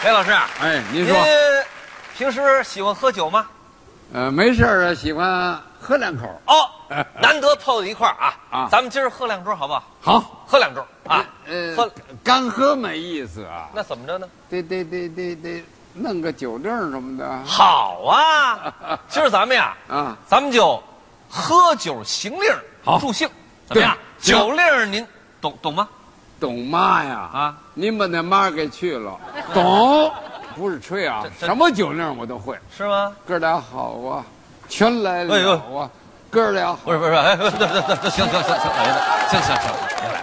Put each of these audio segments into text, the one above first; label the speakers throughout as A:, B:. A: 裴老师，
B: 哎，您
A: 您
B: 说，
A: 平时喜欢喝酒吗？
B: 呃，没事儿啊，喜欢喝两口。
A: 哦， 难得泡在一块儿啊
B: 啊
A: 咱们今儿喝两盅好不好？
B: 好
A: 喝两盅啊，
B: 呃，
A: 喝
B: 干喝没意思啊，
A: 那怎么着呢？
B: 得得得得得弄个酒证什么的
A: 好 啊，今儿咱们呀，
B: 啊。
A: 咱们就喝酒行令儿
B: 好
A: 助兴，怎么样？
B: 对行
A: 酒令儿您懂懂吗？
B: 懂妈呀
A: 啊！
B: 您把那妈给去 了，懂？不是吹啊
A: 这，这
B: 什么酒令我都会。
A: 是吗？
B: 哥俩好啊，全来
A: 哎
B: 了啊，哥俩好
A: 不是不是，哎，不是不是不是不是行行行行，哎行行行，您来，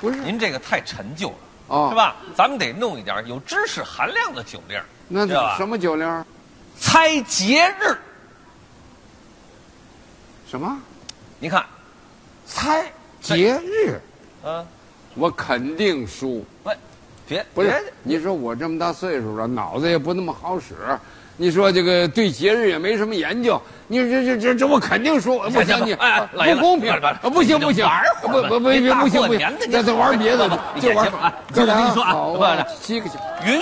B: 不是
A: 您这个太陈旧了。
B: 啊
A: 是？吧？咱们得弄一点有知识含量的酒令儿。
B: 那
A: 知道吧
B: 什么酒令？
A: 猜节日，
B: 什么
A: 你看，
B: 猜节日？
A: 嗯，
B: 我肯定输。
A: 喂，别
B: 不是
A: 别，
B: 你说我这么大岁数了，脑子也不那么好使。你说这个对节日也没什么研究，你这这这这我肯定输，不行你
A: 哎哎老爷
B: 不公平，
A: 老爷老
B: 啊
A: 爷
B: 不行不行，
A: 玩会
B: 不
A: 儿吧
B: 不不不
A: 你大
B: 不行
A: 过
B: 不行
A: 年的，你
B: 那再玩别的吧，
A: 你
B: 就
A: 也
B: 玩
A: 行啊
B: 哥俩
A: 我跟你说啊
B: 好
A: 不是
B: 七个小时
A: 允，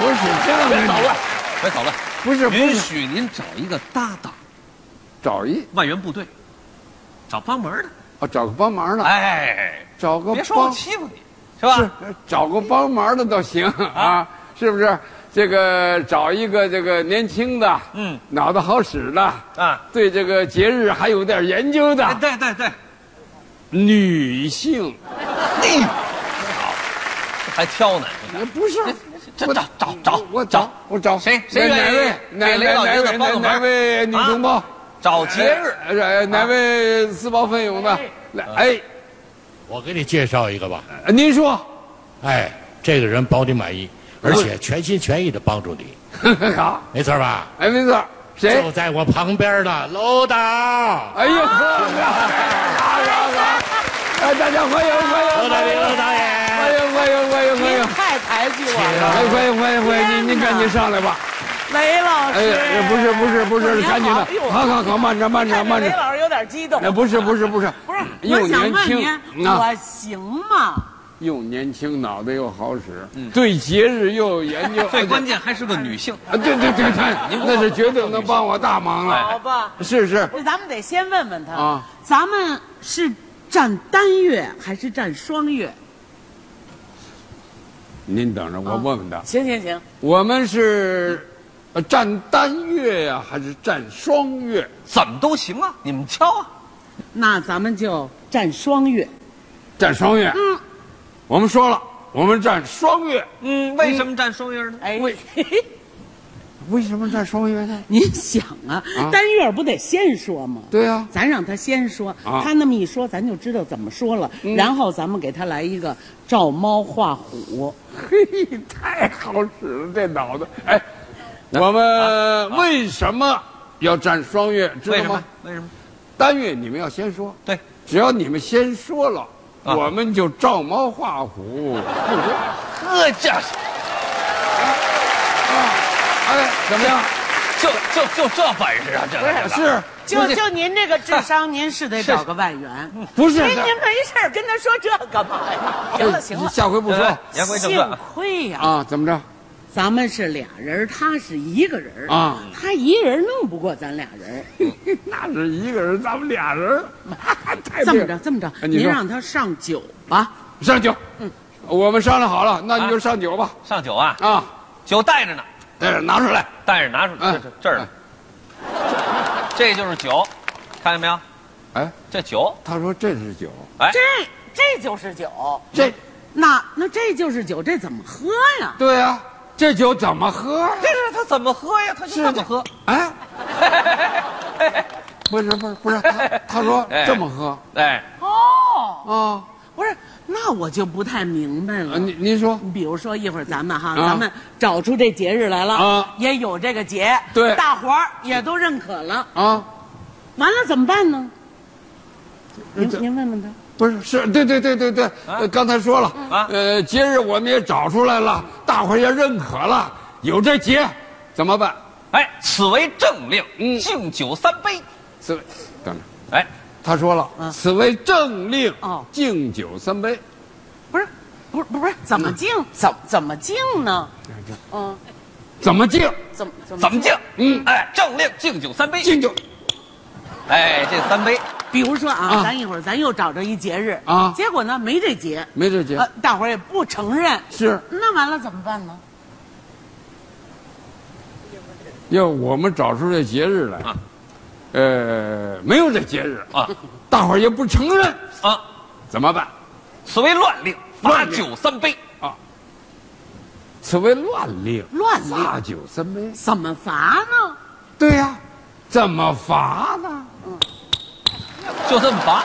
B: 不是这样
A: 别捣
B: 的，
A: 乱，别捣乱，
B: 不是不
A: 允
B: 是
A: 许您找一个搭档，
B: 找一
A: 外援部队，找帮忙的。
B: 啊找个帮忙的，
A: 哎，
B: 找个
A: 别说我
B: 帮
A: 欺负你，是吧？啊
B: 是找个帮忙的倒行啊，是不是？这个找一个这个年轻的，
A: 嗯
B: 脑子好使的
A: 啊，
B: 对这个节日还有点研究的
A: 哎对对对，
B: 女性，
A: 你好，哎还挑呢？
B: 那不是
A: 这
B: 我
A: 找找找
B: 我找我找
A: 谁谁
B: 哪
A: 愿意
B: 位哪
A: 给雷
B: 哪
A: 老
B: 哪
A: 爷子
B: 位
A: 帮个
B: 哪哪
A: 忙
B: 位女
A: 啊
B: 同胞？
A: 找节日，啊
B: 哎哎哪位自报奋勇的？来，哎，
C: 我给你介绍一个吧，
B: 您 说，
C: 哎，这个人保你满意，而且全心全意的帮助你，
B: 好，
C: 没错吧？
B: 哎，没错，谁
C: 就？在我旁边的楼导，
B: 哎呀，好，好，好，好，哎，大家欢迎，欢
C: 楼
B: 迎，
C: 大
B: 欢
C: 兵，
B: 迎，
C: 楼导
B: 欢
C: 演，
B: 迎，欢迎，欢迎，欢迎
D: 您。太抬举
C: 起
D: 我了，
C: 来
B: 哎，欢迎欢迎欢迎！
D: 天
B: 您您
D: 哪
B: 赶紧上来吧。
D: 雷老师。
B: 哎，呀，不是不是不是，
D: 您好
B: 赶紧的
D: 哎呦。
B: 好好好，慢着啊慢着
D: 看着
B: 慢
D: 雷
B: 着。哎
D: 老师有点激动。
B: 那不是不是不是，
D: 不是，
B: 又
D: 我想
B: 年
D: 问
B: 轻
D: 您，
B: 啊，
D: 我行吗？
B: 又年轻，脑袋又好使，对节日又有研究。
A: 嗯最关键还是个女性。
B: 啊，对对对对，那是绝对能帮我大忙
A: 哎
D: 好
B: 了。
D: 吧，
B: 是是，
D: 不是，咱们得先问问他
B: 啊
D: 咱们是占单月还是占双月？
B: 您等
A: 啊
B: 着，我问问他，
D: 行行行，
B: 我们是呃占单月呀，还是占双月？
A: 怎么都行啊，你们挑啊。
D: 那咱们就占双月。
B: 占双月。嗯，我们说了，我们占双月。
A: 嗯，为什么占双月呢？
D: 哎，
B: 为什么占双月呢？
D: 您想啊，单月不得先说吗？
B: 对啊呀。
D: 咱让他先说，
B: 啊嗯
D: 他那么一说，咱就知道怎么说了。然后咱们给他来一个照猫画虎。
B: 嘿，太好使了，这脑子。哎，我
D: 啊
B: 们为什么要占双月？知
A: 嗯为
B: 道
A: 什么
B: 吗？？
A: 为什么？
B: 单月你们要先说，
A: 对，
B: 只要你们先说了，
A: 啊
B: 我们就照猫画虎。
A: 呵，呃这
B: 哎，怎么样？
A: 就就就这本事啊，这个
B: 是
D: 就就您这个智商，您是得找个外援。
B: 不是？
D: 哎，您没事儿跟他说这干 嘛呀？行了行呃
B: 你
D: 了，
B: 下回不说
A: 言归正传
D: 幸，亏呀、
B: 啊？怎么着？
D: 咱们是俩人，他是一个人
B: 啊，
D: 他一人弄不过咱俩人。
B: 那是一个人，咱们俩人， 太
D: 这么着，啊这么着，
B: 哎你
D: 您
B: 说
D: 让他上酒吧。
B: 上酒。
D: 嗯
B: 我们商量好了，那你就
D: 啊
B: 上酒吧。
A: 上酒啊，
B: 啊，
A: 酒带着呢，
B: 哎，拿出来。
A: 带着拿出来，
B: 哎
A: 这这这儿呢，这就是酒，看见没有？
B: 哎，
A: 这酒，
B: 他说这是酒，
A: 哎
D: 这，这就是酒，
B: 这
D: 那那这就是酒，这怎么喝呀？
B: 对呀、这酒怎么喝呀？
A: 这是他怎么喝呀？他就这么喝。
B: 哎， 不是不是不是，他他说
A: 哎
B: 这么喝
A: 哎，
D: 哦，
B: 啊
D: 不是，那我就不太明白
B: 啊，
D: 了。
B: 您您说
D: 比如说一会儿咱们哈，
B: 啊
D: 咱们找出这节日来了，
B: 啊
D: 也有这个节，
B: 对
D: 大伙儿也都认可了，
B: 啊，
D: 完了怎么办呢？您
B: 这
D: 您问问他，
B: 不是是对对对对对，呃刚才说了
A: 啊
B: 呃，节日我们也找出来了，大伙儿也认可了，有这节怎么办？
A: 哎，此为正令，
B: 嗯
A: 敬酒三杯。
B: 此为等着，
A: 哎，
B: 他说了，
D: 啊
B: 此为正令
D: 哦，
B: 敬酒三杯，
D: 不是，不是不是，怎
B: 嗯
D: 么敬？怎怎么敬呢？嗯，
B: 怎么敬？
D: 怎么怎么
A: 怎么敬？
B: 嗯
A: 哎，政令敬酒三杯。
B: 敬酒
A: 哎，这三杯，
D: 比如说啊，
B: 啊
D: 咱一会儿咱又找着一节日
B: 啊
D: 结果呢没这节，
B: 没这节
A: 啊
D: 呃，大伙儿也不承认，
B: 是
D: 那完了怎么办呢？
B: 要我们找出这节日来，
A: 啊
B: 呃，没有这节日
A: 啊，
B: 大伙儿也不承认，
A: 啊，
B: 怎么办？
A: 此为乱令，罚
B: 乱令
A: 酒三杯。
B: 此为乱令，
D: 乱令
B: 罚酒三杯。
D: 怎么罚呢？
B: 对呀、怎么罚呢？
A: 就这么罚。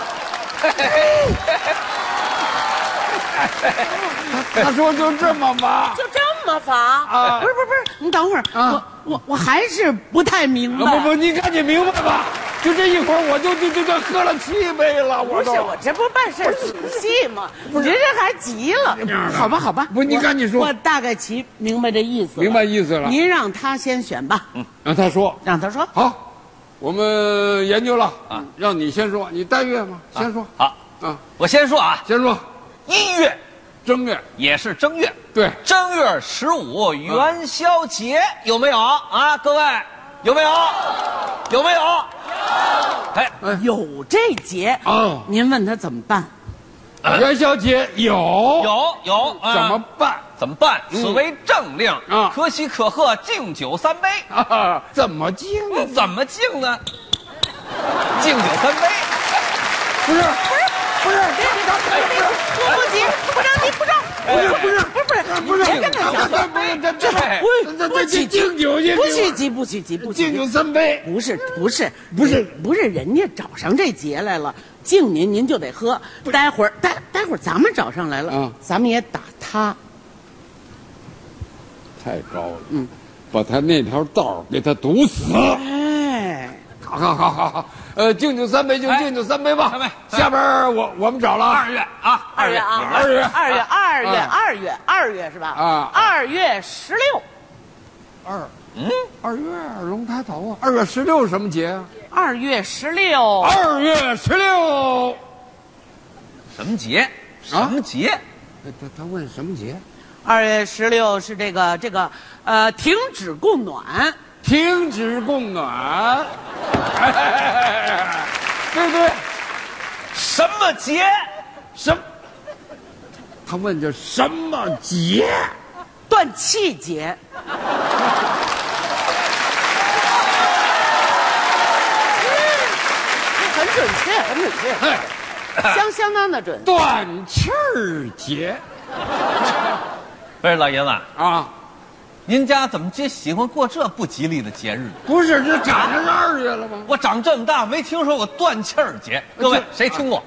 B: 他说就这么罚。
D: 就这么罚
B: 啊
D: 不是不是不是，你等会儿，
B: 啊
D: 我我我还是不太明
B: 啊
D: 白。
B: 不不，你赶紧明白吧！就这一会儿，我就就就就喝了七杯了，
D: 不
B: 我
D: 是
B: 都。
D: 我这不办事儿仔细吗？你这人还急了
B: 这样，的
D: 好吧好吧，
B: 不你
D: 我
B: 赶紧说
D: 我大概其明白这意思了，
B: 明白意思了
D: 您让他先选吧，
B: 然后他说
D: 让他说：“
B: 好，我们研究了啊，让你先说，你带月吗？先说
A: 好，
B: 啊，
A: 我先说啊，
B: 先说
A: 一月
B: 正月，
A: 也是正月，
B: 对，
A: 正月十五元宵节有没有啊？各位有没有？有没有？哎，
D: 有这节
B: 哦
D: 您问他怎么办？
B: 元宵节有
A: 有有，啊
B: 怎么办
A: 怎么办？此为政令
B: 啊
A: 可喜可贺，敬酒三杯。
B: 啊？怎么敬？
A: 那怎么敬呢？敬酒三杯。
B: 不是
D: 不是，我不急，不着急，不着，
B: 不是不是
D: 不
B: 不
D: 是，
B: 是，
D: 别跟他
B: 不
D: 讲，
B: 是这这
D: 不
B: 哎这
D: 不
B: 这这
D: 许急
B: 敬酒去，
D: 不许急，不许急，不许
B: 敬
D: 急
B: 酒。三杯。
D: 不是不是
B: 嗯不是
D: 不是，人家找上这节来了，敬您您就得喝。待会儿待待会儿咱们找上来了，
B: 嗯
D: 咱们也打他。
B: 太高了，嗯，把他那条道儿给他堵死。
D: 哎，
B: 好好好好好，呃，敬酒三杯就
A: 哎
B: 敬酒三杯吧。
A: 三杯三杯
B: 下边儿我我们找了啊
A: 二月啊，
D: 二月啊，
B: 二月
D: 二月二月
B: 啊
D: 二月二月是吧？
B: 啊
D: 二月十六，
B: 二
A: 嗯，
B: 二月龙抬头啊，二月十六什么节啊？
D: 二月十六，
B: 二月十六啊？
A: 什么节？什么节？
B: 他他问什么节？
D: 二月十六是这个这个呃停止供暖，
B: 停止供暖。 对对，
A: 什么节？
B: 什么？他问这什么节？
D: 断气节。很准确，很准确，
B: 哎，
D: 相相当的准。
B: 断气儿节
A: 不是老爷子，
B: 啊。
A: 您家怎么就喜欢过这不吉利的节日？
B: 不是，这赶上二月了吗？
A: 我长这么大没听说过断气儿节，各位
B: 呃这啊呃
A: 谁听过？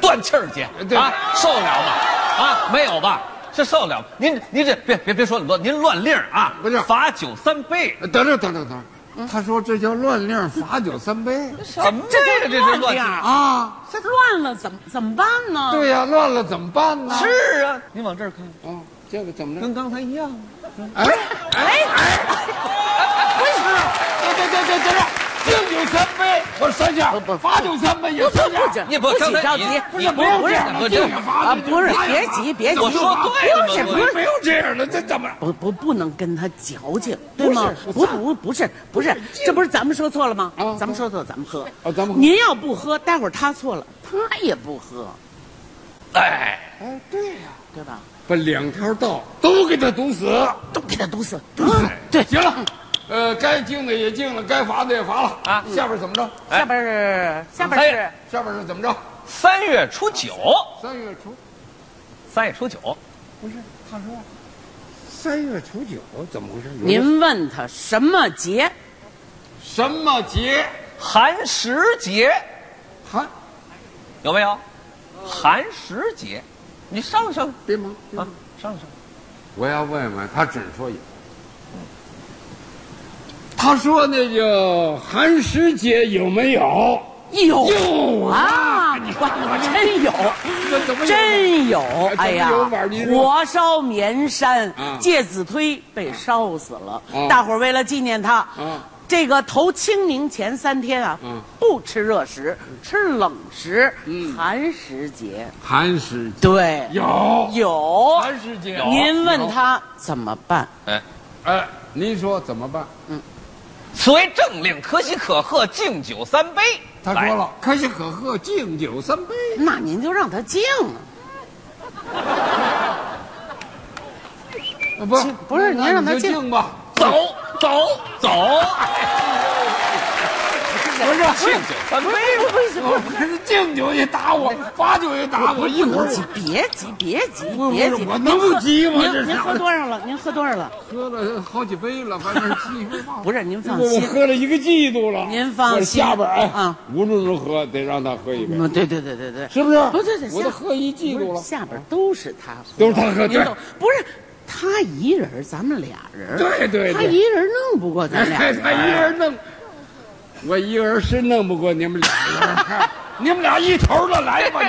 A: 断气儿节
B: 对
A: 啊，受得了吗？啊，没有吧？这受得了吗？您您这别别别说那么多，您乱令儿啊！
B: 不是
A: 罚酒三杯，
B: 等等等等等，他说这叫乱令罚酒三杯
A: 怎么
D: 这
A: 这这
D: 这这
A: 是
D: 乱
A: 乱令
D: 令儿
A: 儿？
B: 啊！
D: 这乱了怎么怎么办呢？
B: 对呀、乱了怎么办呢？
A: 是啊，您往这儿看，
B: 啊，这个怎么着？
A: 跟刚才一样。
B: 哎哎哎！不是，对对对对对对，敬酒三杯，我三下，罚酒三杯也
D: 不
B: 三
D: 不
B: 下。
D: 不
A: 啊你不
D: 不许
A: 刚才
D: 着急
A: 你，
B: 不
A: 你
B: 是，
A: 不
B: 没有
A: 不
B: 这
A: 是
B: 样的，
A: 不是
B: 这个罚
D: 啊不是别急别急，
A: 我说对了吗
D: 不是
A: 我
D: 不是
B: 没有这样的，这怎么？
D: 不不不能跟他矫情，对吗？不
B: 不是
D: 不不是不是，这不是咱们说错了吗？
B: 啊
D: 咱们说错了，咱们喝。
B: 啊咱们喝
D: 您要不喝，待会儿他错了，他也不喝，
A: 哎，
B: 哎，对呀、
D: 对吧？
B: 把两条道都给他堵死。
D: 都给他堵死，堵死。对，
B: 行了，呃，该敬的也敬了，该罚的也罚了
A: 啊
B: 下边怎么着？
A: 哎
D: 下边是下边
A: 哎
D: 是
B: 下边是怎么着？
A: 三月初九，
B: 三月初
A: 三月初九，
B: 不是？他说三月初九怎么回事？
D: 您问他什么节？
B: 什么节？
A: 寒食节
B: 寒
A: 有没有？寒食节，你上上
B: 别忙，别
A: 啊
B: 忙，
A: 上上。
B: 我要问问他，只说有。他说那个寒食节有没有？
D: 有
B: 有
D: 啊，
B: 你
D: 我真有。
B: 这怎么有
D: 真有，哎呀
B: 怎么有法儿你，说
D: 火烧绵山
B: 啊，
D: 介子推被烧死了
B: 啊。
D: 大伙儿为了纪念他
B: 啊，
D: 这个头清明前三天啊，
B: 嗯
D: 不吃热食，吃冷食，寒食节。
B: 寒食节
D: 对，
B: 有
D: 有。
B: 寒食节，
D: 您问他怎么办？
A: 哎，
B: 哎，您说怎么办？
A: 此为政令，可喜可贺，敬酒三杯。
B: 他
A: 来
B: 说了，可喜可贺，敬酒三杯。
D: 那您就让他静啊。
B: 啊不
D: 这不是
B: 那
D: 您让
B: 你
D: 他
B: 就
D: 敬
B: 敬吧，
A: 走走走，
B: 不是
A: 敬酒三
B: 哎
A: 杯。
B: 我不是哦敬酒也打我，罚酒也
D: 哎
B: 打我，一会儿我
D: 别急，别急，
B: 不
D: 别
B: 不
D: 急。
B: 我
D: 您
B: 能不
D: 喝
B: 急吗这
D: 您您
B: 是
D: 喝多少了？您喝多少了？
B: 喝了好几杯了，反正气氛忘了。
D: 不是您 放
B: 我
D: 心，
B: 喝了一个季度了。
D: 您放心
B: 我下边哎，
D: 啊
B: 无论如何得让他喝一杯，
D: 嗯，对对对对对，
B: 是不是？
D: 不对对，
B: 我都
D: 下
B: 喝一季度
D: 不
B: 了
D: 是。下边都是他喝，
B: 都是他喝
D: 您
B: 对
D: 懂不是他一人儿，咱们俩人儿，
B: 对对
D: 他
B: 对，
D: 一人儿弄不过咱 俩
B: 哎
D: 人
B: 他
D: 儿。
B: 一人弄，我一人是弄不过你们俩人。 你们俩一头的来 吧，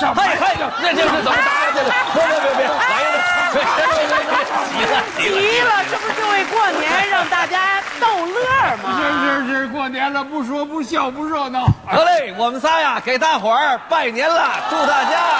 B: 上
A: 嗨
B: 班
A: 嗨，这这这怎么打呀？这这，别别别，来一个，别别别，急了急了。
D: 急了，这不就为过年让大家逗乐吗？
B: 是是是，过年了，不说不笑不热闹。
A: 得嘞，我们仨呀，给大伙儿拜年了，祝大家